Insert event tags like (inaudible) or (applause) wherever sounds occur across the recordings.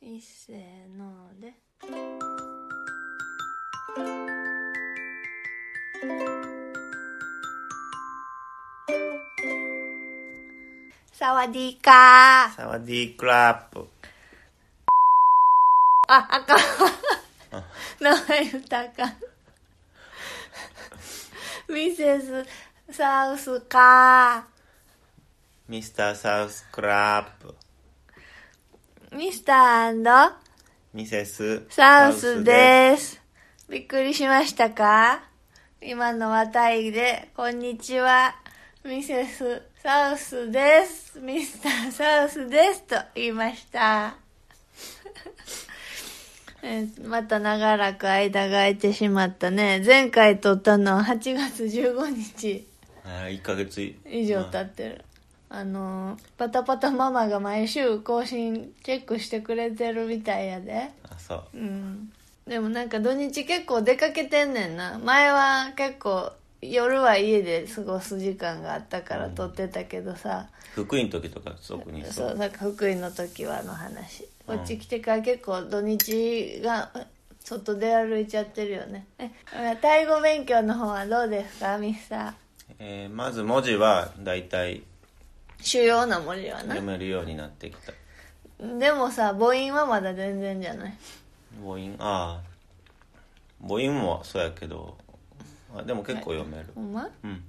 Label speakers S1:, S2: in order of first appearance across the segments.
S1: いっせーのでサワディーカー
S2: サワディークラップ。
S1: あ、あかん。名前言ったらあかん。ミセスサウスか
S2: ミスターサウスクラップ。
S1: ミスター
S2: ミセス
S1: サウスです。びっくりしましたか今の綿いで、こんにちは。ミセスサウスです。ミスターサウスです。と言いました。 (laughs) えーまた長らく間が空いてしまったね。前回撮ったのは8月15日
S2: サウスです。あー一ヶ月以
S1: 以上経ってる。あのー、パタパタママが毎週更新チェックしてくれてるみたいやで。
S2: ああ、そう。
S1: うんでもなんか土日結構出かけてんねんな前は結構夜は家で過ごす時間があったから撮ってたけどさ、
S2: 福井の時とか特にそ。
S1: そううなんか福井の時はの話こっち来てから結構土日が外出歩いちゃってるよねえタイ語勉強の方はどうですかミスター
S2: えーまず文字は大体
S1: 主要な文字はな
S2: 読めるようになってきた。
S1: でもさ母音はまだ全然じゃない
S2: 母音、ああ。母音もそうやけど、あでも結構読める。
S1: ほんま
S2: うん。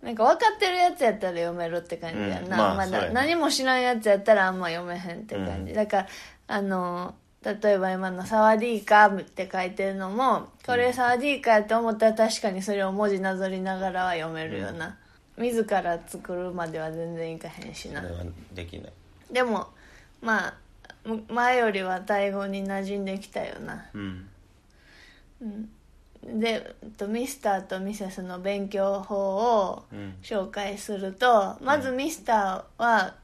S1: なんか分かってるやつやったら読めるって感じやな、
S2: うんまあ
S1: ま
S2: そう
S1: だ
S2: やね
S1: 何も知らんやつやったらあんま読めへんって感じ、
S2: うん
S1: だからあの例えば今の「サワディーカ」って書いてるのもこれ「サワディーカ」って思ったら確かにそれを文字なぞりながらは読めるよな、自ら作るまでは全然いかへんし
S2: そ
S1: な
S2: れはできない。
S1: でもまあむ前よりはタイ語に馴染んできたよな
S2: うん。
S1: でえっとミスターとミセスの勉強法を
S2: うん。
S1: 紹介するとまずミスターは、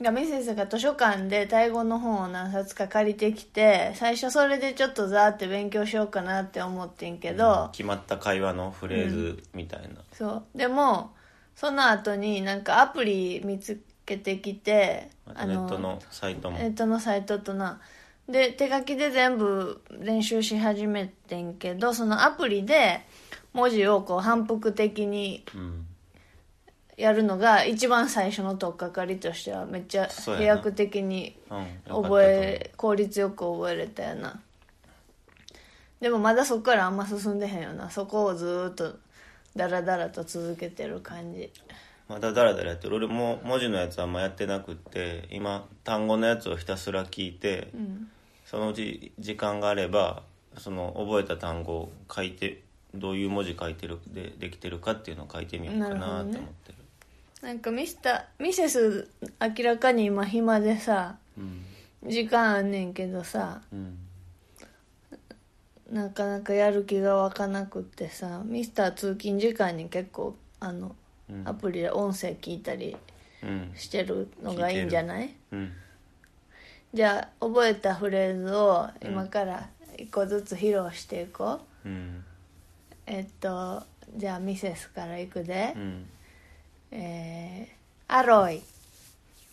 S1: がミセスが図書館でタイ語の本を何冊か借りてきて最初それでちょっとザーって勉強しようかなって思ってんけど、
S2: 決まった会話のフレーズみたいな。
S1: そうでもその後になんかアプリ見つけてきて
S2: あとネットのサイトも。
S1: ネットのサイトとなで手書きで全部練習し始めてんけどそのアプリで文字をこう反復的に
S2: うん。
S1: やるのが一番最初の取っかかりとしてはめっちゃ
S2: そうや
S1: 飛
S2: な
S1: 躍的に
S2: うん。よかったと思う
S1: 覚え効率よく覚えれたよなでもまだそこからあんま進んでへんよなそこをずーっとダラダラと続けてる感じ
S2: まだダラダラやってる俺も文字のやつはあんまやってなくって今単語のやつをひたすら聞いて、
S1: ん
S2: そのうち時間があればその覚えた単語を書いてどういう文字書いてるでできてるかっていうのを書いてみようかなって思ってる
S1: なるほどねなんかミスターミセス明らかに今暇でさ
S2: うん
S1: 時間あんねんけどさ
S2: うん
S1: なかなかやる気が湧かなくってさミスター通勤時間に結構あの
S2: うん
S1: アプリで音声聞いたり
S2: うん
S1: してるのがいいんじゃない
S2: うん
S1: じゃあ覚えたフレーズを今から一個ずつ披露していこう、
S2: うん
S1: えっとじゃあミセスからいくで
S2: う、ん
S1: えーアロイ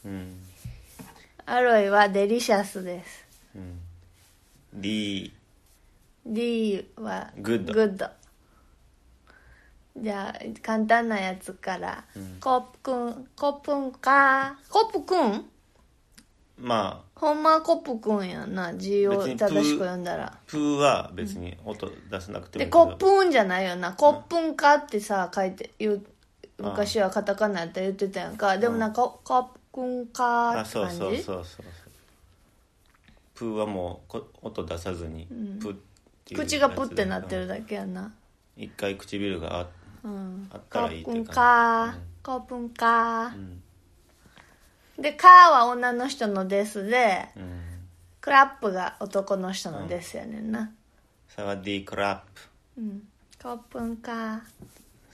S2: うん
S1: アロイはデリシャスです
S2: うん D
S1: D は
S2: グッド
S1: じゃあ簡単なやつから、
S2: うん
S1: コップくんコップンかコップくん
S2: まあ
S1: ほんまはコップくんやんな字を
S2: 別に
S1: 正しく読んだら
S2: プーは別に音出さなくても
S1: で、
S2: いいけ
S1: コ
S2: ど
S1: ップンじゃないよな。コップンかってさ、書いて、言う、
S2: ああ
S1: 昔はカタカナやったら言ってたやんか。でもなんか、コップンか
S2: あ
S1: って
S2: そう
S1: 感じ。
S2: そうそうそうプーはもうこ音出さずにプッっていう
S1: 口がプってなってる
S2: やつで
S1: だけやな。
S2: うん一回唇があ
S1: うん
S2: あっ。
S1: コ
S2: たらいい
S1: ッ
S2: って
S1: プ
S2: 感
S1: ンか
S2: じ
S1: コップンか
S2: うん
S1: で、かーは女の人のですで、
S2: うん
S1: クラップが男の人のですやねんな。
S2: サワディークラップ
S1: うん。コップンか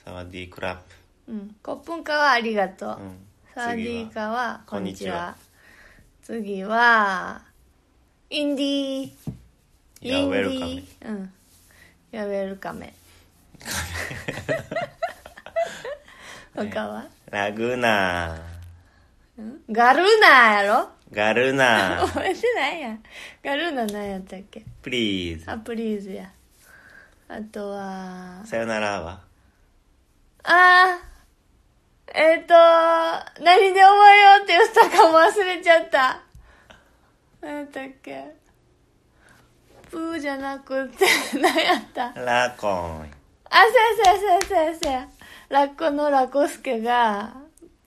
S2: サワディークラ
S1: うん。コップンかはありがとう。
S2: ップうん
S1: サーディーカは、こ
S2: こ
S1: ん
S2: ん
S1: に
S2: に
S1: ち
S2: ち
S1: は
S2: は。
S1: 次は、インディー。
S2: いや
S1: インディ
S2: welcome
S1: ー。うん。いや、ウェルカ
S2: (laughs)
S1: メ。他は、
S2: ラグーナー
S1: ガルーナーやろ
S2: ガルナ
S1: (laughs) 覚えてないやん。ガルーナ何やったっけ
S2: プリーズ
S1: あ、プリーズや。あとは、
S2: さよならは
S1: あー、えっ、と、何で覚えようって言ったかも忘れちゃった。何やったっけプーじゃなくて、 (laughs) 何やった
S2: ラコン
S1: あ、そうやそうやそうやそうやそうや。ラッコのラコスケが、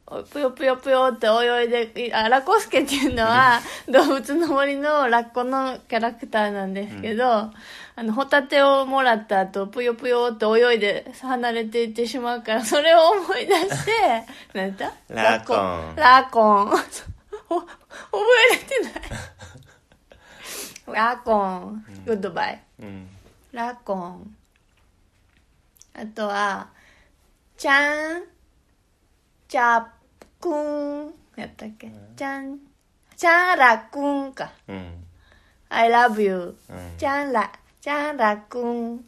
S1: おぷよぷよぷよって泳いでい、あ、ラコスケっていうのは、動物の森のラッコのキャラクターなんですけど、あの、ホタテをもらった後、ぷよぷよって泳いで離れていってしまうから、それを思い出
S2: (laughs)
S1: して、何やった
S2: ラコン
S1: ラコン。 (laughs) お覚えれて
S2: (laughs)
S1: ない。ラコン。グッドバイ。
S2: うん
S1: ラコンあとはちゃんちゃっくんやったっけちゃんちゃんらくんか
S2: うん
S1: I love you
S2: うん
S1: ちゃんらちゃんらくん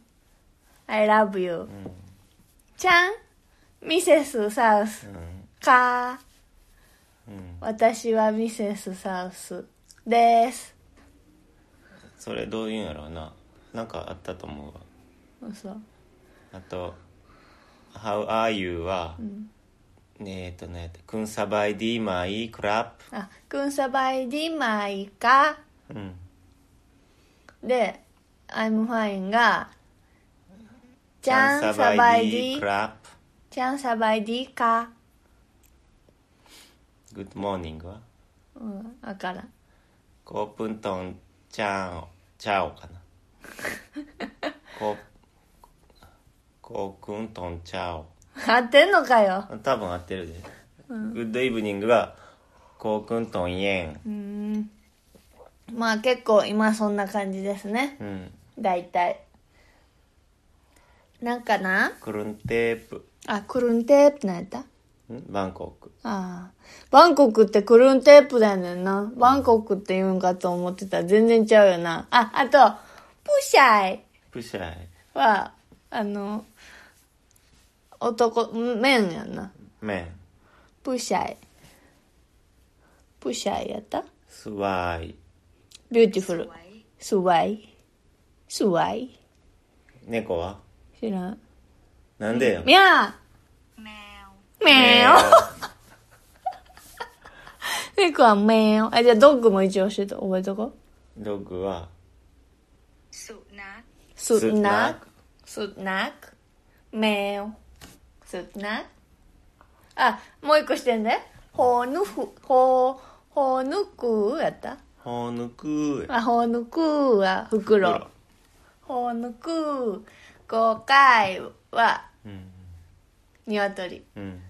S1: I love you ちゃんミセスサウス
S2: うん
S1: か
S2: うん
S1: 私はミセスサウスです
S2: それどういうんやろうななんかあったと思うわ
S1: 嘘
S2: あと「How are you?」は、えっ、ー、とね「くんさばいディマイクラ
S1: あくんさばいディマイか
S2: ップ」うん
S1: で、I'm fine が、
S2: 「
S1: ちゃんサバイデ
S2: ディク
S1: ィ、
S2: ラッ
S1: ちゃんサバイディか。
S2: プ」「グッドモーニング」は
S1: うん、わからん。 (laughs)
S2: 「コープントンチャオチャオ」かな
S1: (laughs)
S2: 「コーコークントンチャオ
S1: 合ってんのかよ。」
S2: 多分合ってるで、グッドイブニングは「コークントンイエ
S1: う
S2: ン
S1: ん。まあ結構今そんな感じですね」。
S2: うん
S1: だいたい。なんかな
S2: 「クルンテープ
S1: あ、クルンテープなんやったあ
S2: んバンコク」
S1: あ。バンコクってクルンテープだよねんな。バンコクって言うんかと思ってたら全然ちゃうよな。あ、あと、プシャイ。
S2: 「プシャイ」
S1: は、あの、男、麺やんな。
S2: 「メン」
S1: プシャイ。プシャイやった
S2: 「スワイ」
S1: ビューティフル。スワイ。スワイ。
S2: 「猫」は
S1: 知らん。
S2: なんでよ
S1: みゃーめお (laughs) 猫はめおあ、じゃあドッグも一応教えて、覚えとこう。
S2: ログは
S1: スナッ
S2: ク
S1: ク。スナック。めおスナック。あ、もう一個してんで。ほぬふ、ほ、ほぬくやった
S2: ほぬく
S1: あ、ほぬくは袋。ほぬく、五回は
S2: うん
S1: 鶏。
S2: うん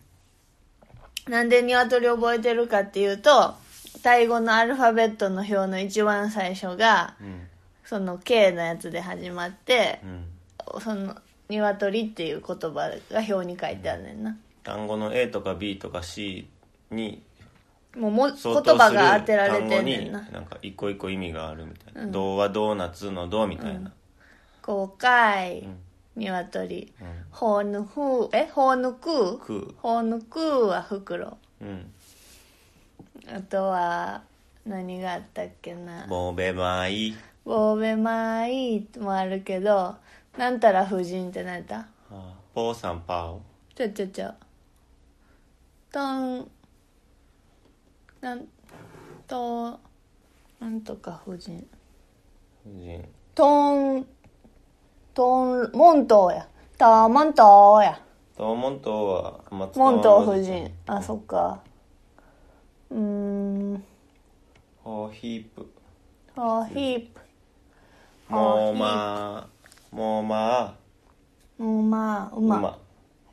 S1: なんで鶏覚えてるかっていうと、タイ語のアルファベットの表の一番最初が、
S2: うん
S1: その K のやつで始まって
S2: う、ん
S1: その鶏っていう言葉が表に書いてあるねんな。
S2: 単語の A とか B とか C に
S1: もうも言
S2: 相当
S1: 葉
S2: する
S1: が当てられ
S2: 単
S1: て
S2: 語
S1: んね
S2: に
S1: んな。
S2: なんか一個一個意味があるみたいな「銅、はドーナツ」の「銅」みたいな
S1: 五回
S2: ん、
S1: 鶏
S2: う。ん
S1: ほぬふ、え、ほぬく
S2: 「く
S1: ほぬくは袋。」
S2: うん
S1: あとは何があったっけな
S2: 「ボーベマイ
S1: ボーベマイもあるけどなんたら夫人って何やった」
S2: あ「ポーサンパオ
S1: ちょちょちょとんなんとなんとか夫人」
S2: 夫人
S1: とんとんモントーやたモントーや
S2: 「とモントはあんま使
S1: モ
S2: わん
S1: ン
S2: もん
S1: トー夫人あそっかうーん
S2: ホーヒープ
S1: あヒープ
S2: モーマーモーマ
S1: うんまあう
S2: ー
S1: ま
S2: 馬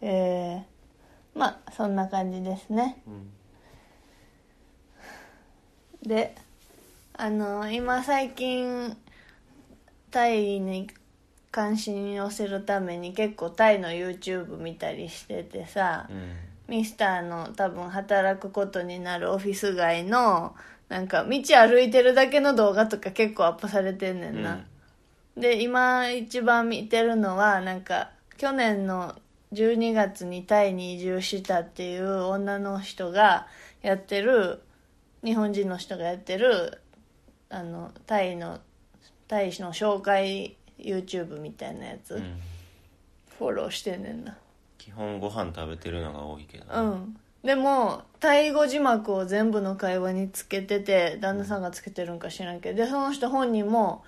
S1: えー、まあそんな感じですね、であの今最近タイに関心を寄せるために結構タイの YouTube 見たりしててさ、
S2: うん
S1: ミスターの多分働くことになるオフィス街のなんか道歩いてるだけの動画とか結構アップされてんねんな、で今一番見てるのはなんか去年の12月にタイに移住したっていう女の人がやってる日本人の人がやってるあのタイのタイの紹介 YouTube みたいなやつ、
S2: うん、
S1: フォローしてんねんな
S2: 基本ご飯食べてるのが多いけどね、
S1: うんでもタイ語字幕を全部の会話につけてて旦那さんがつけてるんか知らんけどでその人本人も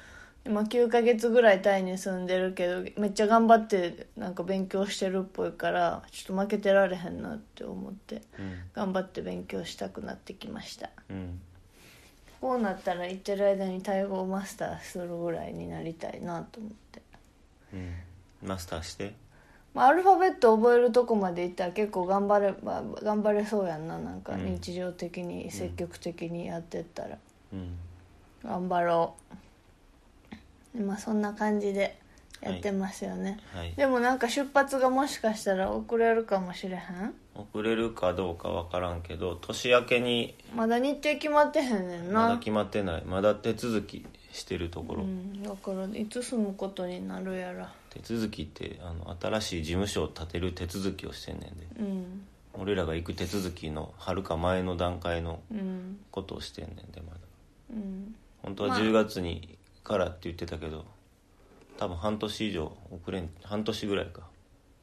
S1: 今9ヶ月ぐらいタイに住んでるけどめっちゃ頑張ってなんか勉強してるっぽいからちょっと負けてられへんなって思って
S2: うん
S1: 頑張って勉強したくなってきました
S2: うん
S1: こうなったら行ってる間にタイ語をマスターするぐらいになりたいなと思って、
S2: うんマスターして
S1: まあ、アルファベット覚えるとこまで行ったら結構頑張れば頑張れそうやんななんか
S2: うん
S1: 日常的に積極的にやってったら、
S2: うん
S1: 頑張ろうまあそんな感じでやってますよね、
S2: はい
S1: でもなんか出発がもしかしたら遅れるかもしれへん
S2: 遅れるかどうかわからんけど年明けに
S1: まだ日程決まってへんねんな
S2: まだ決まってないまだ手続きしてるところ、
S1: うん、だからいつ住むことになるやら
S2: 手続きってあの新しい事務所を建てる手続きをしてんねんで
S1: うん
S2: 俺らが行く手続きのはるか前の段階の
S1: うん
S2: ことをしてんねんでまだ
S1: うん
S2: 本当は
S1: まあ
S2: 10月にからって言ってたけど、多分半年以上遅れん半年ぐらいか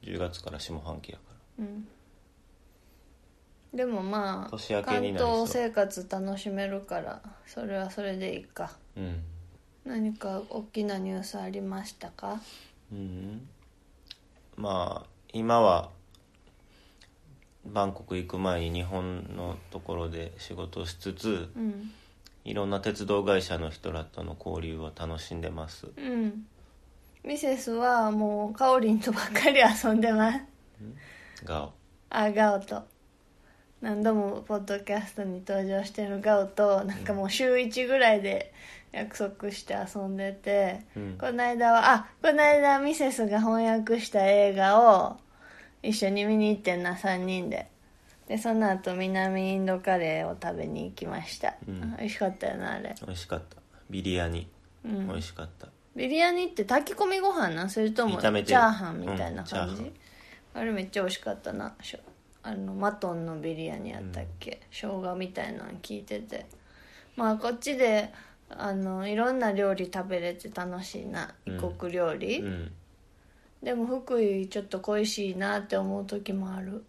S2: 10月から下半期やから
S1: うんでもまあ
S2: 年明け
S1: 関
S2: になりそう
S1: 東生活楽しめるからそれはそれでいいか
S2: うん
S1: 何か大きなニュースありましたか
S2: うんまあ今はバンコク行く前に日本のところで仕事をしつつ
S1: うん
S2: いろんな鉄道会社の人らとの交流を楽しんでます
S1: うんミセスはもうかおりんとばっかり遊んでます
S2: が
S1: あガオと何度もポッドキャストに登場してるガオとなんかもう週1ぐらいで約束して遊んでて、
S2: うん
S1: この間はあこの間ミセスが翻訳した映画を一緒に見に行ってんな3人ででその後南インドカレーを食べに行きました、
S2: うん
S1: 美味しかったよなあれ、
S2: 美味しかったビリヤニ、
S1: うん
S2: 美味しかった
S1: ビリヤニって炊き込みご飯なんそれともチ
S2: 炒め
S1: ャ
S2: てる
S1: ーハンみたいな感じ、
S2: うんチャー
S1: あれめっちゃ美味しかったなしょあのマトンのビリヤニやったっけ、生姜みたいなの聞いててまあこっちであのいろんな料理食べれて楽しいな異
S2: うん
S1: 国料理、
S2: うん
S1: でも福井ちょっと恋しいなって思う時もある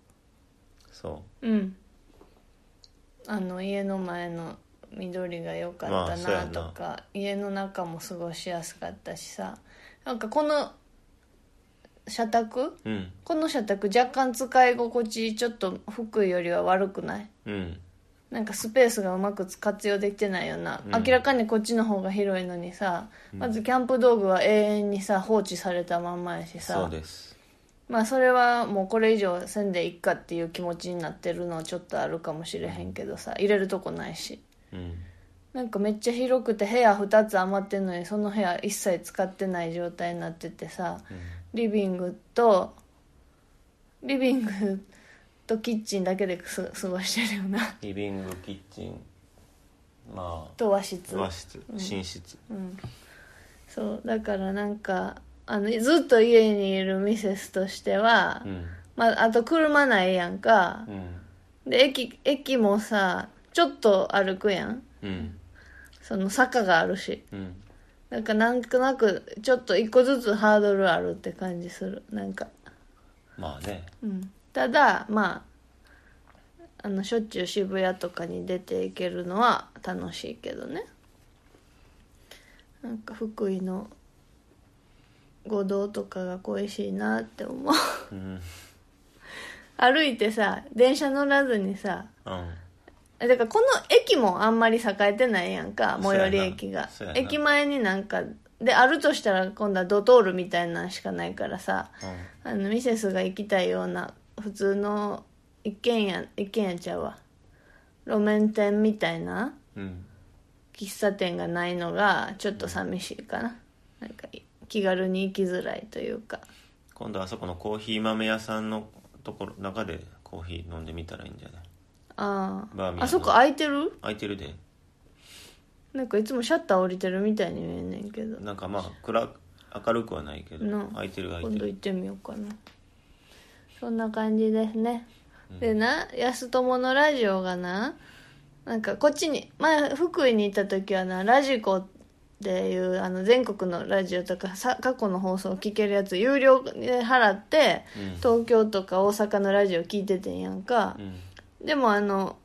S2: そ
S1: うんあの家の前の緑が良かっ
S2: ま
S1: た
S2: あそうや
S1: な
S2: な
S1: とか、家の中も過ごしやすかったしさなんかこの社宅
S2: ううん
S1: この社宅若干使い心地ちょっと福井よりは悪くない
S2: うん
S1: なんかスペースがうまく活用できてないよな、
S2: うん
S1: 明らかにこっちの方が広いのにさ、まずキャンプ道具は永遠にさ放置されたまんまやしさ
S2: そうです
S1: まあそれはもうこれ以上せんでいっかっていう気持ちになってるのはちょっとあるかもしれへんけどさ入れるとこないし
S2: うん
S1: なんかめっちゃ広くて部屋2つ余ってんのにその部屋一切使ってない状態になっててさリビングとリビングとキッチンだけです過ごしてるよな (laughs)
S2: リビングキッチンま
S1: と和室
S2: あ和室寝室
S1: うん、そうだからなんかあのずっと家にいるミセスとしては、
S2: うん
S1: まあ、あと車ないやんか、
S2: うん
S1: で駅駅もさちょっと歩くやん
S2: うん
S1: その坂があるし
S2: うん
S1: なんかなんとなくちょっと一個ずつハードルあるって感じするなんか
S2: まあね
S1: うんただまああのしょっちゅう渋谷とかに出ていけるのは楽しいけどねなんか福井の五道とかが恋しいなって思う (laughs)
S2: うん
S1: 歩いてさ電車乗らずにさ
S2: うん
S1: えだからこの駅もあんまり栄えてないやんか
S2: そう
S1: 最
S2: やな
S1: 寄り駅が
S2: そうやな
S1: 駅前になんかであるとしたら今度はドトールみたいなんしかないからさあのミセスが行きたいような普通の一軒家一軒家ちゃうわ路面店みたいな
S2: うんうん
S1: 喫茶店がないのがちょっと寂しいかななんかい気軽に行きづらいというか
S2: 今度あそこのコーヒー豆屋さんのところ中でコーヒー飲んでみたらいいんじゃない
S1: あ
S2: バ
S1: あ
S2: ーミヤンの
S1: あそこ空いてる
S2: 空いてるで
S1: なんかいつもシャッター降りてるみたいに見えんねんけど
S2: なんかまあ暗く明るくはないけ
S1: な
S2: ど空いてる空い
S1: 今
S2: て
S1: 度
S2: る
S1: 行ってみようかなそんな感じですね、でな安友のラジオがななんかこっちに前福井に行った時はなラジコっていうあの全国のラジオとかさ過去の放送を聞けるやつ有料で払って
S2: うん
S1: 東京とか大阪のラジオ聞いててんやんか
S2: う、ん
S1: でもあの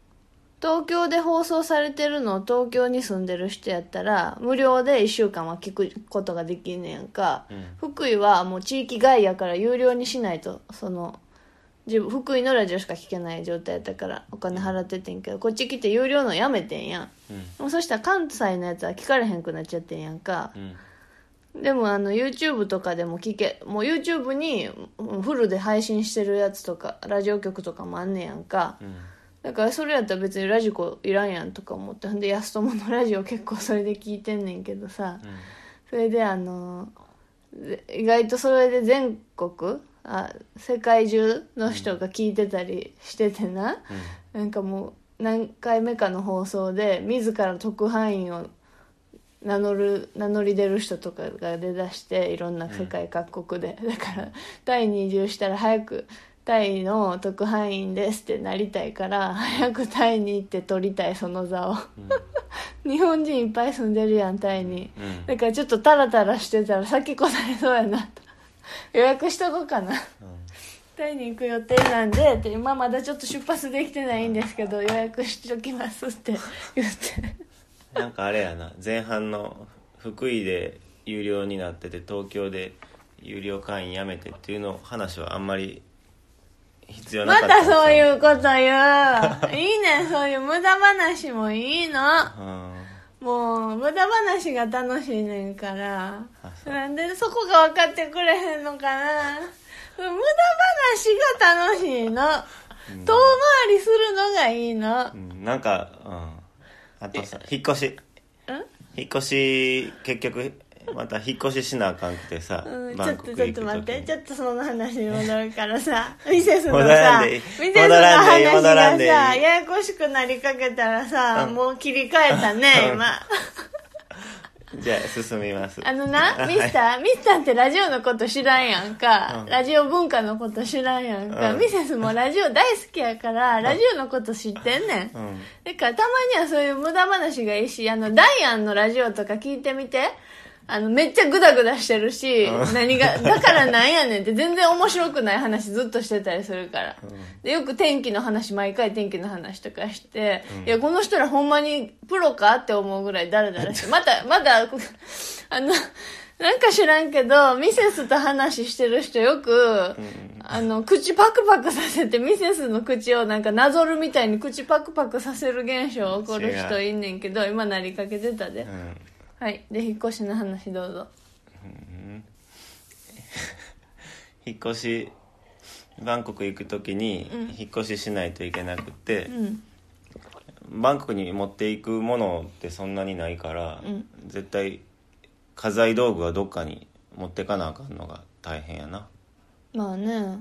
S1: 東京で放送されてるのを東京に住んでる人やったら無料で1週間は聞くことができんねやんか、
S2: うん
S1: 福井はもう地域外やから有料にしないとその自分福井のラジオしか聞けない状態やったからお金払っててんけどこっち来て有料のやめてんやん
S2: うん
S1: もうそしたら関西のやつは聞かれへんくなっちゃってんやんか
S2: うん
S1: でもあの YouTube とかでも聞けもう YouTube にうんフルで配信してるやつとかラジオ局とかもあんねやんか
S2: うん
S1: だからそれやったら別にラジコいらんやんとか思ってほんで安友のラジオ結構それで聞いてんねんけどさ、
S2: うん
S1: それであのぜ意外とそれで全国あ世界中の人が聞いてたりしててな、なんかもう何回目かの放送で自ら特派員を名乗る名乗り出る人とかが出だしていろんな世界各国で、だからタイに移住したら早くタイの特派員ですってなりたいから早くタイに行って取りたいその座を
S2: うん
S1: (laughs) 日本人いっぱい住んでるやんタイに。 (laughs)
S2: うん
S1: だからちょっとタラタラしてたら先来なりそうやなと予約しとこうかなタイに行く予定なんでって今まだちょっと出発できてないんですけど予約しときますって言って
S2: なんかあれやな前半の福井で有料になってて東京で有料会員やめてっていうの話はあんまり必要な
S1: ま
S2: かった、
S1: たそういううこと言ういいねそういう無駄話もいいの
S2: うん、あ
S1: もう無駄話が楽しいねんから
S2: そう
S1: なんでそこが分かってくれへんのかな無駄話が楽しいの
S2: うん
S1: 遠回りするのがいいの
S2: うんなんか、うん、あとさ引っ越し
S1: うん
S2: 引っ越し結局また引っ越ししなあかんくてさ、
S1: うんち
S2: バ
S1: ょっ
S2: ン
S1: と
S2: コク
S1: ちょっ
S2: 行く
S1: と待ってちょ
S2: っ
S1: っとその話に戻るからさ (laughs) ミセスの
S2: 戻ら
S1: さ
S2: んでい
S1: ミ
S2: い
S1: セスの
S2: 戻らんでいい
S1: 話
S2: 戻ら
S1: が
S2: ん
S1: さ
S2: でいい
S1: ややこしくなりかけたらさ、
S2: うん
S1: もう切り替えたね
S2: うん
S1: 今
S2: とじゃあ進みます
S1: あの
S2: (laughs)
S1: なミス
S2: ー
S1: ターミスターってラジオのこと知らんやんか、
S2: うん
S1: ラジオ文化のこと知らんやんか、
S2: うん
S1: ミセスもラジオ大好きやからラジオのこと知ってんねん、
S2: うん
S1: だからたまにはそういう無駄話がいいし、あの、ダイアンのラジオとか聞いてみて。あの、めっちゃグダグダしてるし、
S2: うん
S1: 何が、だからなんやねんって全然面白くない話ずっとしてたりするから。で、よく天気の話、毎回天気の話とかして、いや、この人らほんまにプロかって思うぐらいダラダラして、また、まだ、こあの、なんか知らんけど、ミセスと話してる人よく、あの、口パクパクさせて、ミセスの口をなんかなぞるみたいに口パクパクさせる現象起こる人いんねんけど、今なりかけてたで。
S2: うん
S1: はい。で、引っ越しの話どうぞ。
S2: 引っ越しバンコク行く時に引っ越ししないといけなくて
S1: う、ん。
S2: バンコクに持っていくものってそんなにないから、
S1: うん
S2: 絶対家財道具はどっかに持ってかなあかんのが大変やな
S1: まあね。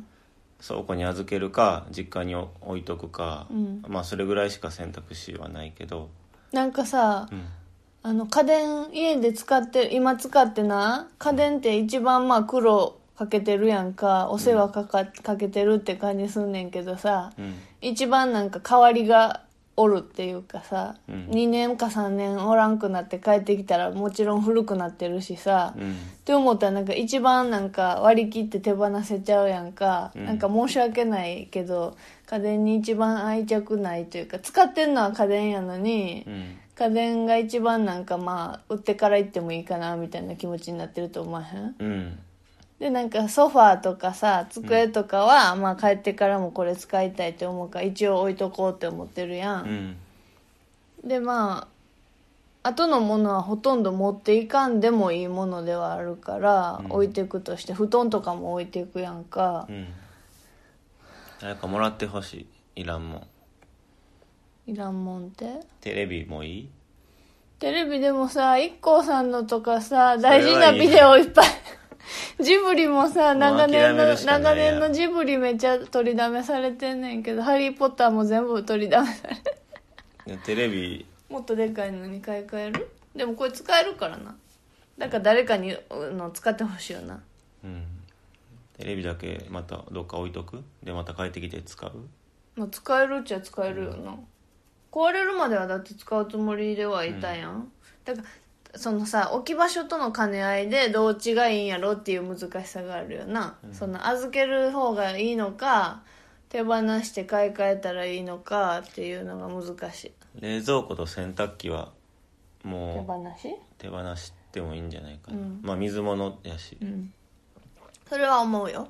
S2: 倉庫に預けるか実家に置いとくか、
S1: うん
S2: まあそれぐらいしか選択肢はないけど、
S1: なんかさ、
S2: うん
S1: あの、家電、家で使って、今使ってな、家電って一番まあ苦労かけてるやんか、お世話かか、かけてるって感じすんねんけどさ、
S2: うん
S1: 一番なんか代わりがおるっていうかさ、
S2: うん
S1: 2年か3年おらんくなって帰ってきたらもちろん古くなってるしさ、
S2: う
S1: っ
S2: ん
S1: て思ったらなんか一番なんか割り切って手放せちゃうやんか、
S2: うん
S1: なんか申し訳ないけど家電に一番愛着ないというか使ってんのは家電やのに、
S2: うん
S1: 家電が一番なんかまあ売ってから行ってもいいかなみたいな気持ちになってると思わへん
S2: うん
S1: でなんかソファーとかさ机とかは、まあ帰ってからもこれ使いたいと思うから一応置いとこうって思ってるや、
S2: うんん
S1: でまあ後のものはほとんど持っていかんでもいいものではあるから、
S2: うん
S1: 置いていくとして布団とかも置いていくやんか
S2: う、ん誰かもらってほしいいらんもん
S1: いらんもんって
S2: テレビもいい
S1: テレビでもさ IKKO さんのとかさ
S2: それは
S1: 大
S2: いい
S1: 事なビデオい (laughs) っぱいジブリもさ
S2: もう
S1: 長
S2: 諦
S1: 年
S2: め
S1: の
S2: るしかな
S1: 長
S2: いや
S1: 年
S2: ん
S1: のジブリめっちゃ取りだめされてんねんけど「ハリー・ポッター」も全部取りだめされて
S2: でテレビ
S1: もっとでかいのに買い替えるでもこれ使えるからなだから誰かにうの使ってほしいよな
S2: うんテレビだけまたどっか置いとくでまた帰ってきて使う
S1: まあ使えるっちゃ使えるよな、壊れるまではだって使うつもりではいたやん、だからそのさ置き場所との兼ね合いでどっちがいいんやろっていう難しさがあるよな、その預ける方がいいのか手放して買い替えたらいいのかっていうのが難しい
S2: 冷蔵庫と洗濯機は
S1: 手
S2: も
S1: 放し
S2: う手放してもいいんじゃないかな、
S1: うん
S2: まあ水物やし、
S1: うんそれは思うよ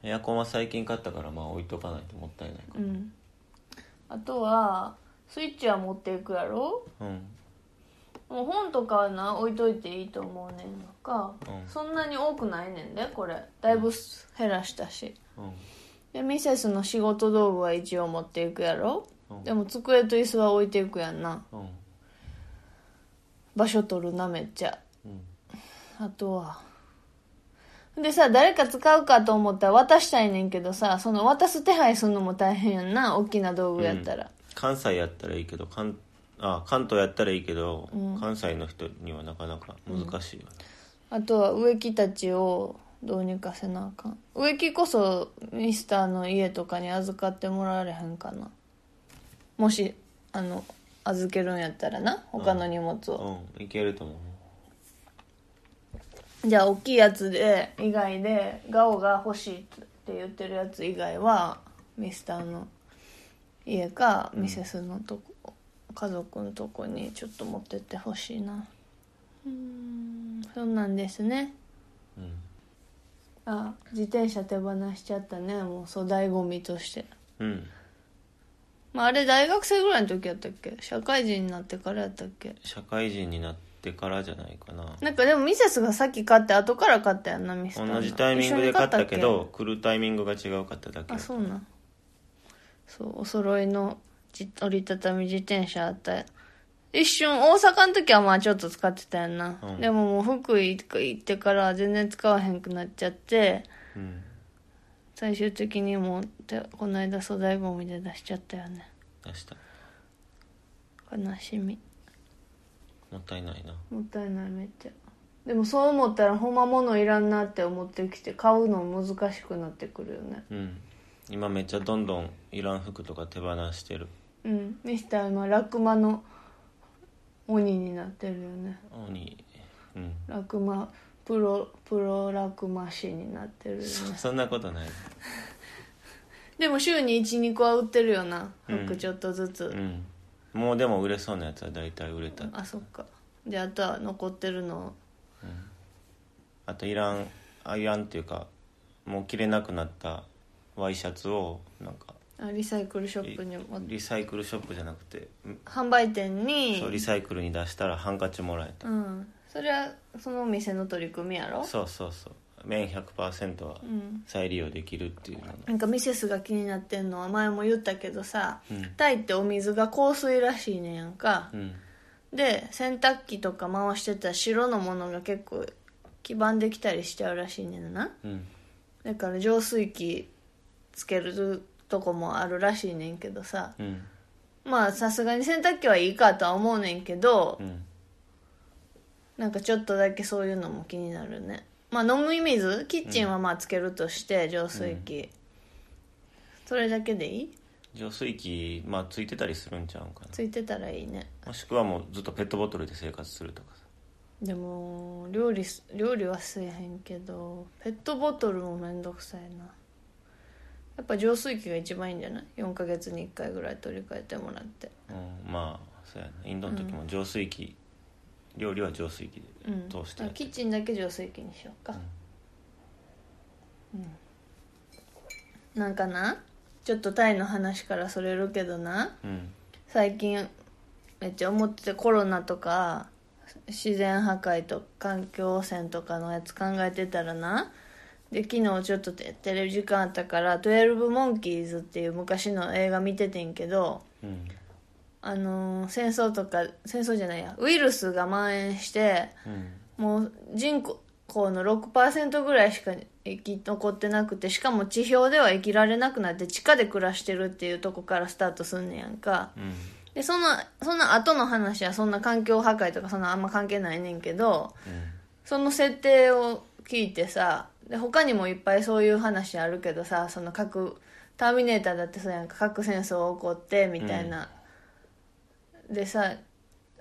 S2: エアコンは最近買ったからまあ置いとかないともったいないか
S1: うんあとはスイッチは持っていくやろ
S2: らうん
S1: もう本とかはな置いといていいと思うねんのか、
S2: うん
S1: そんなに多くないねんでこれだいぶ減らしたし
S2: うん
S1: でミセスの仕事道具は一応持っていくやろ
S2: うん
S1: でも机と椅子は置いていくやんな
S2: うん
S1: 場所取るなめっちゃ
S2: うん
S1: あとはでさ誰か使うかと思ったら渡したいねんけどさその渡す手配するのも大変やんな大きな道具やったら、
S2: 関西やったらいいけど関あ関東やったらいいけど、
S1: うん
S2: 関西の人にはなかなか難しいよね、
S1: あとは植木たちをどうにかせなあかん植木こそミスターの家とかに預かってもらわれへんかなもしあの預けるんやったらな他の荷物を、
S2: うんいけると思う
S1: じゃあ大きいやつで以外でガオが欲しいって言ってるやつ以外はミスターの家かミセスのとこ、家族のとこにちょっと持ってってほしいなうーんそんなんですねあ自転車手放しちゃったねもう粗大ゴミとして、
S2: うん、うん、
S1: まあ、あれ大学生ぐらいの時やったっけ社会人になってからやったっけ
S2: 社会人になってからじゃないかな
S1: なんかでもミセスがさっき買って後から買ったやんなミスターの
S2: 同じタイミングで買ったけ
S1: 一緒に買っ
S2: ど来るタイミングが違うかっただけ
S1: たっけあそうなんそうお揃いのじ折りたたみ自転車あった一瞬大阪の時はまあちょっと使ってたやんな、
S2: うん
S1: でももう福井行ってからは全然使わへんくなっちゃって
S2: うん
S1: 最終的にもうてこの間粗大ゴミで出しちゃったよね
S2: 出した
S1: 悲しみ
S2: もったいないな
S1: もったいないめっちゃでもそう思ったらほんま物いらんなって思ってきて買うの難しくなってくるよね
S2: うん今めっちゃどんどんいらん服とか手放してる
S1: うんミスター今ラクマの鬼になってるよね
S2: 鬼うん
S1: ラクマプロプロラクマ師になってるよね
S2: そそんなことない
S1: でも週に12個は売ってるよな
S2: うん
S1: 服ちょっとずつ、
S2: うんもうでも売れそうなやつは大体売れた
S1: あそっかであとは残ってるの
S2: あといらんあいらんっていうかもう着れなくなったワイシャツをなんか
S1: あリサイクルショップにも
S2: リサイクルショップじゃなくて、うん
S1: 販売店に
S2: そうリサイクルに出したらハンカチもらえた、
S1: うんそれはそのお店の取り組みやろ
S2: そうそうそう綿100%は
S1: うん
S2: 再利用できるっていうのが
S1: なんかミセスが気になってんのは前も言ったけどさ、
S2: うん
S1: タイってお水が香水らしいねやんか
S2: う、ん
S1: で洗濯機とか回してたら白のものが結構黄ばんできたりしちゃうらしいねんな
S2: うん
S1: だから浄水器つけるとこもあるらしいねんけどさ
S2: うん
S1: まあさすがに洗濯機はいいかとは思うねんけど、
S2: うん
S1: なんかちょっとだけそういうのも気になるねまあ飲み水キッチンはまあつけるとして、浄水器、それだけでいい
S2: 浄水器まあついてたりするんちゃうんかな
S1: ついてたらいいね
S2: もしくはもうずっとペットボトルで生活するとかさ
S1: でも料理す料理はせえへんけどペットボトルもめんどくさいなやっぱ浄水器が一番いいんじゃない4ヶ月に1回ぐらい取り替えてもらって
S2: うん、まあそうやなインドの時も浄水器、料理は浄水器で
S1: うん
S2: 通して
S1: だからキッチンだけ浄水器にしようかうん、なんかなちょっとタイの話からそれるけどな
S2: うん
S1: 最近めっちゃ思っててコロナとか自然破壊と環境汚染とかのやつ考えてたらなで昨日ちょっとテテレビ時間あったから「12モンキーズ」っていう昔の映画見ててんけど
S2: うん
S1: あのー戦争とか戦争じゃないやウイルスが蔓延して
S2: うん
S1: もう人口の6%ぐらいしか生き残ってなくてしかも地表では生きられなくなって地下で暮らしてるっていうとこからスタートすんねやんか
S2: うん
S1: でそのその後の話はそんな環境破壊とかそんなあんま関係ないねんけどその設定を聞いてさで他にもいっぱいそういう話あるけどさその核ターミネーターだってそうやんか核戦争起こってみたいな、でさ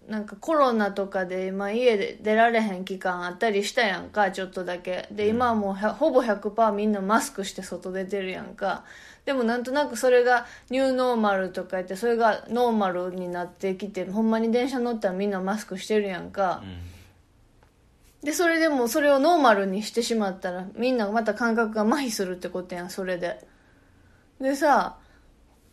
S1: なんかコロナとかで今家で出られへん期間あったりしたやんかちょっとだけで今はもうひゃほぼ100%みんなマスクして外出てるやんかでもなんとなくそれがニューノーマルとか言ってそれがノーマルになってきてほんまに電車乗ったらみんなマスクしてるやんか、でそれでもそれをノーマルにしてしまったらみんなまた感覚が麻痺するってことやんそれででさ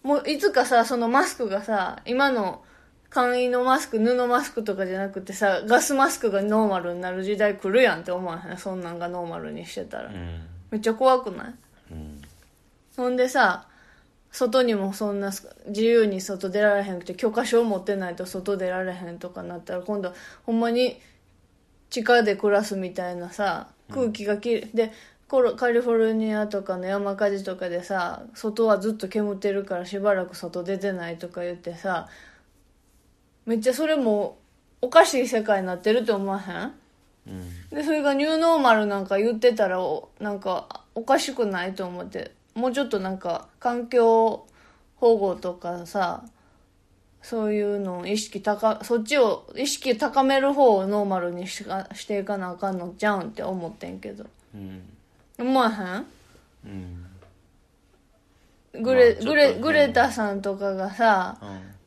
S1: もういつかさそのマスクがさ今の簡易のマスク布マスクとかじゃなくてさガスマスクがノーマルになる時代来るやんって思わへんそんなんがノーマルにしてたら、
S2: うん
S1: めっちゃ怖くない
S2: うん
S1: そんでさ外にもそんな自由に外出られへんくて許可証持ってないと外出られへんとかなったら今度ほんまに地下で暮らすみたいなさ空気がきれい、でコロカリフォルニアとかの山火事とかでさ外はずっと煙ってるからしばらく外出てないとか言ってさめっちゃそれもおかしい世界になってると思わへん
S2: うん
S1: でそれがニューノーマルなんか言ってたらおなんかおかしくないと思ってもうちょっとなんか環境保護とかさそういうのを意識高そっちを意識高める方をノーマルにしかしていかなあかんのじゃうんって思ってんけど
S2: うん
S1: 思わ
S2: うん
S1: へんグレ,、
S2: まあちょっと
S1: グレ
S2: ね
S1: グレタさんとかがさ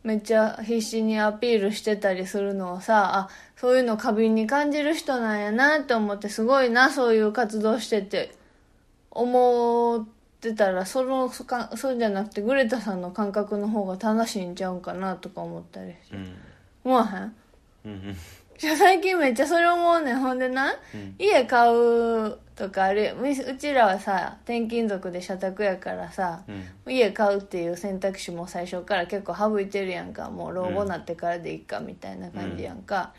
S1: めっちゃ必死にアピールしてたりするのをさあそういうの過敏に感じる人なんやなって思ってすごいなそういう活動してて思ってたらそのそかそうじゃなくてグレタさんの感覚の方が正しいんちゃうんかなとか思ったりして
S2: うん
S1: 思わへん (laughs)
S2: うん
S1: いや最近めっちゃそれ思うねんほんでな、
S2: うん
S1: 家買うとかあるみうちらはさ転勤族で社宅やからさ、
S2: うん
S1: 家買うっていう選択肢も最初から結構省いてるやんかもう老後なってからでいいかみたいな感じやんか、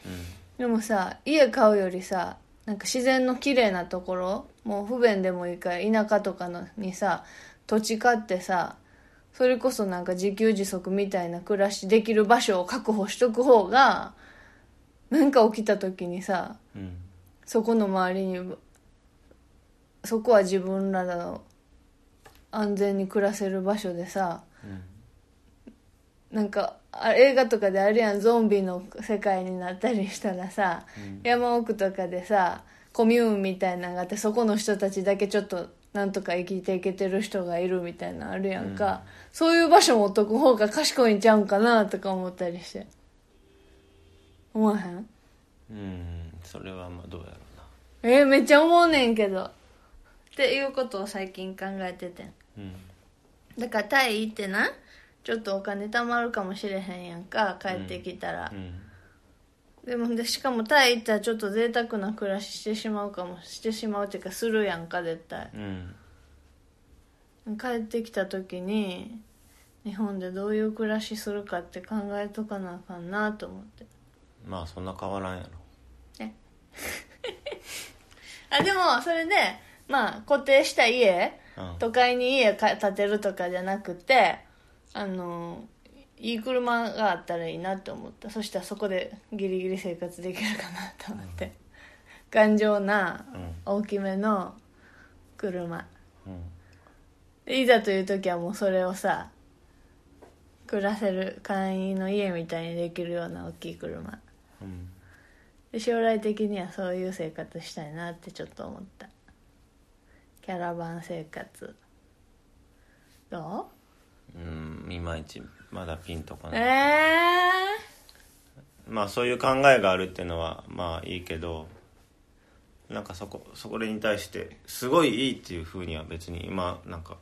S1: でもさ家買うよりさなんか自然の綺麗なところもう不便でもいいから田舎とかのにさ土地買ってさそれこそなんか自給自足みたいな暮らしできる場所を確保しとく方がなんか起きた時にさ
S2: うん
S1: そこの周りにそこは自分らの安全に暮らせる場所でさ
S2: うん
S1: なんかあ映画とかであるやんゾンビの世界になったりしたらさ、山奥とかでさコミューンみたいなのがあってそこの人たちだけちょっとなんとか生きていけてる人がいるみたいなのあるやんか、そういう場所持っとく方が賢いんちゃうんかなとか思ったりして思わへん
S2: うんそれはまあどうやろうな
S1: えーめっちゃ思うねんけどっていうことを最近考えててん
S2: うん
S1: だからタイ行ってなちょっとお金貯まるかもしれへんやんか帰ってきたら
S2: う、ん
S1: でもでしかもタイ行ったらちょっと贅沢な暮らししてしまうかもしてしまうっていうかするやんか絶対
S2: うん
S1: 帰ってきた時に日本でどういう暮らしするかって考えとかなあかんなと思って
S2: まあそんな変わらんやろ
S1: あでもそれでまあ固定した家
S2: うん
S1: 都会に家か建てるとかじゃなくてあのいい車があったらいいなって思ったそしたらそこでギリギリ生活できるかなと思って、頑丈な大きめの車
S2: うん
S1: でいざという時はもうそれをさ暮らせる簡易の家みたいにできるような大きい車
S2: うん
S1: で将来的にはそういう生活したいなってちょっと思ったキャラバン生活ど
S2: うんいまいちまだピンとこ
S1: うえ
S2: ない
S1: え
S2: まあそういう考えがあるっていうのはまあいいけどなんかそこそこに対してすごいいいっていうふうには別に今なんか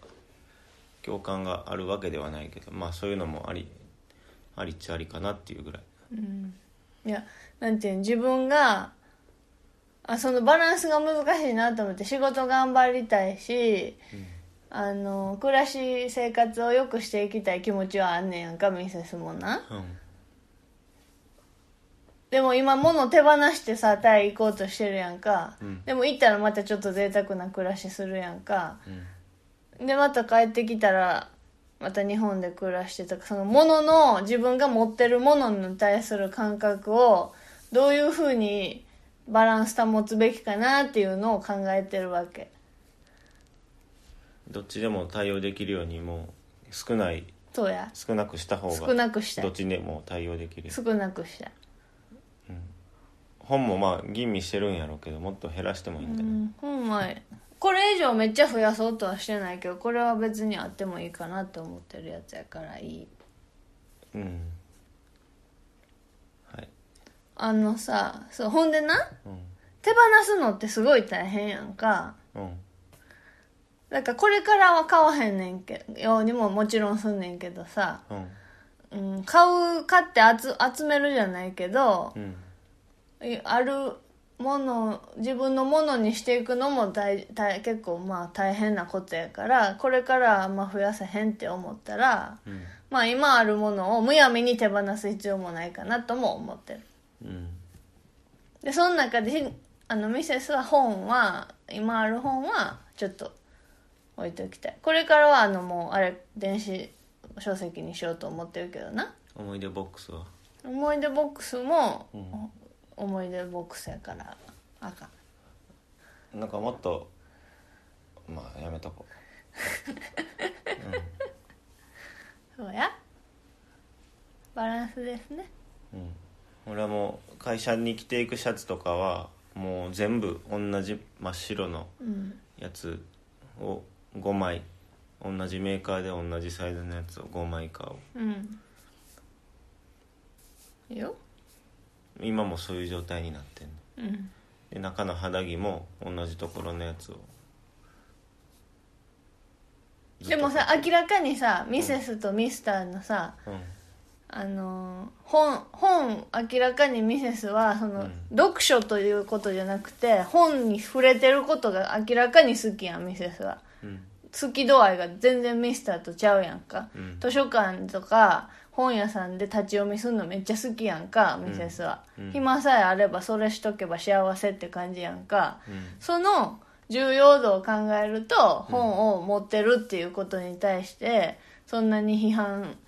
S2: 共感があるわけではないけどまあそういうのもありありっちゃありかなっていうぐらい
S1: いやなんていうの自分があそのバランスが難しいなと思って仕事頑張りたいし、あの暮らし生活を良くしていきたい気持ちはあんねやんかミセスもな
S2: うん
S1: でも今物手放してさタイ行こうとしてるやんか、
S2: うん
S1: でも行ったらまたちょっと贅沢な暮らしするやんか
S2: うん
S1: でまた帰ってきたらまた日本で暮らしてたその物の自分が持ってるものに対する感覚をどういうふうにバランス保つべきかなっていうのを考えてるわけ
S2: どっちでも対応できるようにもう少ない
S1: そうや
S2: 少なくした方
S1: 少
S2: が
S1: なくした
S2: どっ
S1: い
S2: ちでも対応できる
S1: 少なくしたい
S2: 本もまあ吟味してるんやろうけどもっと減らしてもいいんじゃ
S1: う
S2: ない
S1: んほんまにこれ以上めっちゃ増やそうとはしてないけどこれは別にあってもいいかなって思ってるやつやからいい
S2: うん、はい、
S1: あのさそうほんでな
S2: う
S1: 手放すのってすごい大変やんか
S2: んうん、
S1: だからこれからは買わへんねんけようにももちろんすんねんけどさ、
S2: うん
S1: うん、買う買って集集めるじゃないけど
S2: う、ん
S1: いあるもの自分のものにしていくのも大大結構まあ大変なことやからこれからはあんま増やせへんって思ったら
S2: うん
S1: まあ今あるものをむやみに手放す必要もないかなとも思ってる
S2: うん
S1: でその中でひあのミセスは本は今ある本はちょっと置いておきたいこれからはあのもうあれ電子書籍にしようと思ってるけどな
S2: 思い出ボックスは
S1: 思い出ボックスも、
S2: うん
S1: お思い出ボックスやからあかん
S2: なんかもっとまあやめとこ
S1: そうやバランスですね
S2: う、うん、俺はもう会社に着ていくシャツとかはもう全部同じ真っ白の
S1: うん
S2: やつを5枚同じメーカーで同じサイズのやつを5枚買おう
S1: うんいいよ
S2: 今もそういう状態になってんの
S1: うん
S2: で中の肌着も同じところのやつをずっ
S1: で
S2: と
S1: もさ明らかにさミセスとミスターのさ、
S2: うん
S1: あのー本本明らかにミセスはその、
S2: うん
S1: 読書ということじゃなくて本に触れてることが明らかに好きやんミセスは
S2: うん
S1: 好き度合いが全然ミスターとちゃうやんか、
S2: うん
S1: 図書館とか本屋さんで立ち読みするのめっちゃ好きやんかミセスは、
S2: うん
S1: 暇さえあればそれしとけば幸せって感じやんか、
S2: うん
S1: その重要度を考えると本を持ってるっていうことに対してそんなに批判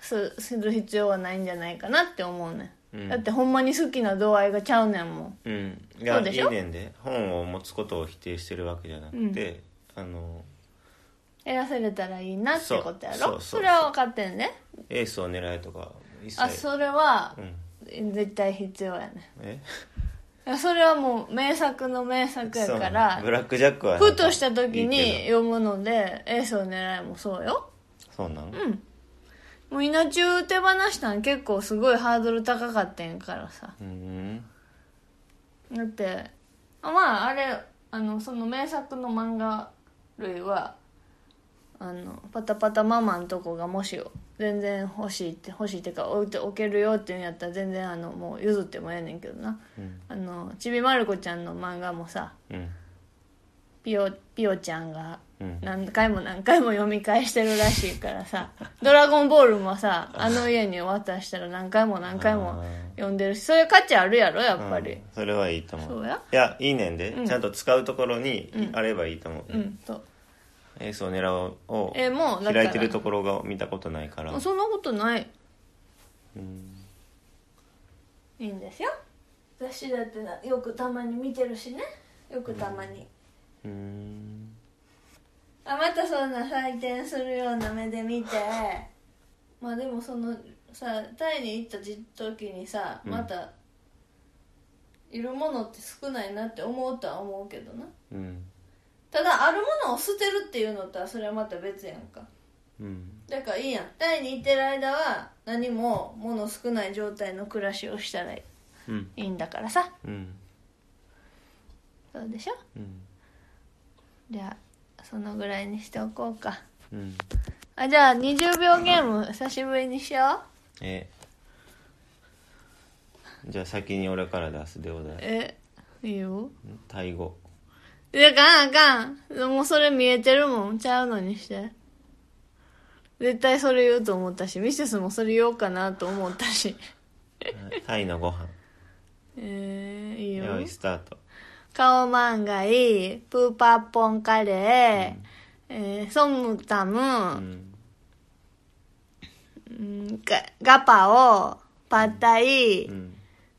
S1: す (laughs) する必要はないんじゃないかなって思うね、
S2: うん
S1: ん、だってほんまに好きな度合いがちゃうねんもん
S2: うん、い
S1: そ
S2: や
S1: う
S2: い
S1: でし
S2: い
S1: ょ
S2: ねんで本を持つことを否定してるわけじゃなくて、あの
S1: 減らせれたらいいなってことやろ
S2: そうそうそう
S1: れは分かってんね
S2: エースを狙えとか一切
S1: あそれは
S2: うん、
S1: 絶対必要やね
S2: え (laughs)
S1: いやそれはもう名作の名作やか
S2: そう
S1: ら
S2: ブラックジャックはなんか
S1: ふとした時
S2: いい
S1: に
S2: けど
S1: 読むのでエースを狙いもそうよ
S2: そうなの、
S1: もう稲中手放したん結構すごいハードル高かったんやからさ
S2: うん
S1: だってあまああれあのその名作の漫画類はあのパタパタママんとこがもし全然欲しいって欲しいっていうか置いておけるよっていうんやったら全然あのもう譲ってもええねんけどな、
S2: うん
S1: あのちびまる子ちゃんの漫画もさ
S2: うん
S1: ピオピオちゃんが
S2: うん
S1: 何回も何回も読み返してるらしいからさ「ドラゴンボール」もさあの家に渡したら何回も何回も読んでるしそういう価値あるやろやっぱ
S2: う
S1: り
S2: ん、それはいいと思う
S1: そうや
S2: いやいいねんで、
S1: うん
S2: ちゃんと使うところに
S1: うん
S2: あればいいと思う、
S1: うんそう
S2: エースを狙おうを
S1: えもうだから
S2: 開いてるところが見たことないから
S1: もうそんなことない
S2: うん
S1: いいんですよ雑誌だってなよくたまに見てるしねよくたまに、
S2: うん
S1: あまたそんな採点するような目で見てまあでもそのさタイに行った時にさ
S2: うん
S1: また、いるものって少ないなって思うとは思うけどな
S2: うん
S1: ただあるものを捨てるっていうのとはそれはまた別やんか
S2: うん
S1: だからいいやんタイに行ってる間は何も物少ない状態の暮らしをしたらい
S2: うん
S1: いんだからさ
S2: うん
S1: そうでしょ
S2: うん
S1: じゃあそのぐらいにしておこうか
S2: うん
S1: あじゃあ20秒ゲーム久しぶりにしよう
S2: えじゃあ先に俺から出すでお題
S1: えいいよ
S2: タイ語
S1: いやあかんあかんもうそれ見えてるもんちゃうのにして絶対それ言うと思ったしミセスもそれ言おうかなと思ったし
S2: タイのご飯
S1: えー、いいよ
S2: 用意スタート
S1: カオマンガイプーパーポンカレー、えーソムタム、
S2: うん
S1: うんガガパオパッタイ、
S2: うん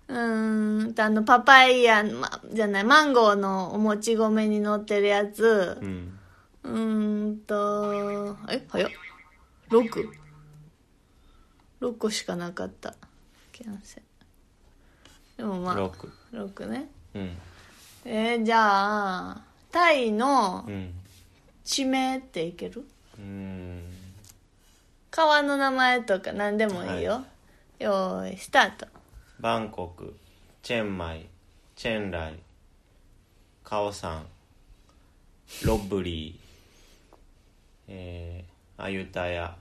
S1: うーんとあのパパイヤ、ま、じゃないマンゴーのおもち米に乗ってるやつ
S2: うん
S1: うーんとえ早っ 6? 6個しかなかったキャンセルでもま
S2: ロ
S1: あ
S2: ック
S1: 6ね
S2: うん
S1: えー、じゃあタイの
S2: うん
S1: 地名っていける
S2: うん
S1: 川の名前とか何でもいいよ、よーいスタート
S2: バンコクチェンマイチェンライカオサンロッブリーえー、アユタヤ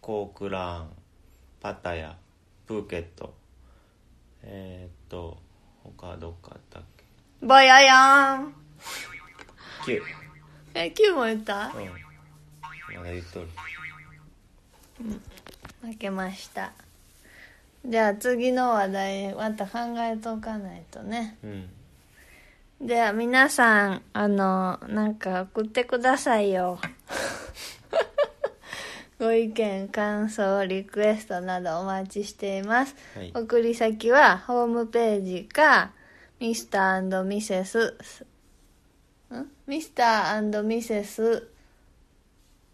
S2: コークラーンパタヤプーケットえー、っと他どっかあったっ
S1: バヤヤン
S2: け9
S1: え9も言った
S2: うんまだ言っとる
S1: 負けましたじゃあ次の話題また考えとかないとね
S2: うん
S1: では皆さんあのなんか送ってくださいよ (laughs) ご意見感想リクエストなどお待ちしています、
S2: はい
S1: 送り先はホームページかミスターミセスんミスターミセス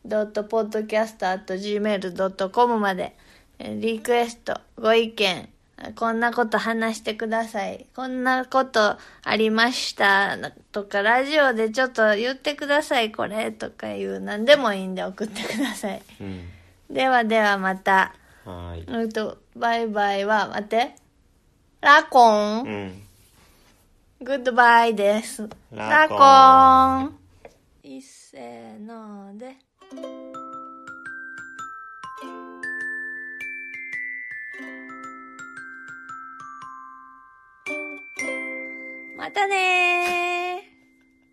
S1: ドットポッドキャスト gmail.com までえーリクエストご意見あこんなこと話してくださいこんなことありましたとかラジオでちょっと言ってくださいこれとかいう何でもいいんで送ってください
S2: うん
S1: ではではまた
S2: はーい
S1: うんとバイバイは待ってラコン、
S2: うん
S1: グッドバイです
S2: ラコン
S1: ラコンいっせーのでまたねー